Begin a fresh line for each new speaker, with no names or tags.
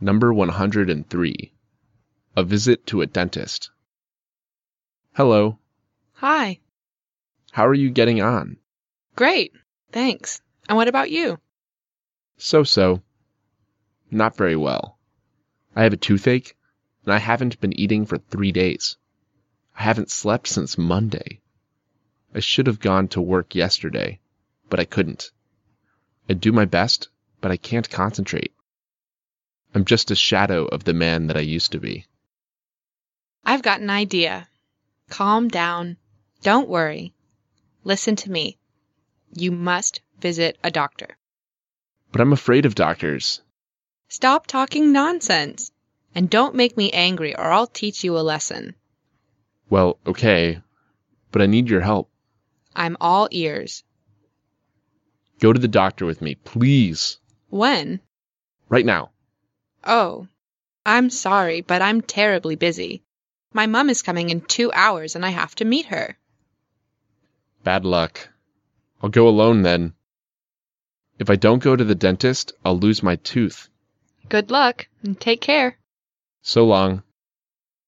Number 103 A Visit to a Dentist. Hello.
Hi.
How are you getting on?
Great. Thanks. And what about you?
So so. Not very well. I have a toothache, and I haven't been eating for three days. I haven't slept since Monday. I should have gone to work yesterday, but I couldn't. I do my best, but I can't concentrate. I'm just a shadow of the man that I used to be.
I've got an idea. Calm down. Don't worry. Listen to me. You must visit a doctor.
But I'm afraid of doctors.
Stop talking nonsense. And don't make me angry or I'll teach you a lesson.
Well, okay, but I need your help.
I'm all ears.
Go to the doctor with me, please.
When?
Right now.
Oh, I'm sorry, but I'm terribly busy. My mum is coming in two hours and I have to meet her.
Bad luck. I'll go alone then. If I don't go to the dentist, I'll lose my tooth.
Good luck and take care.
So long.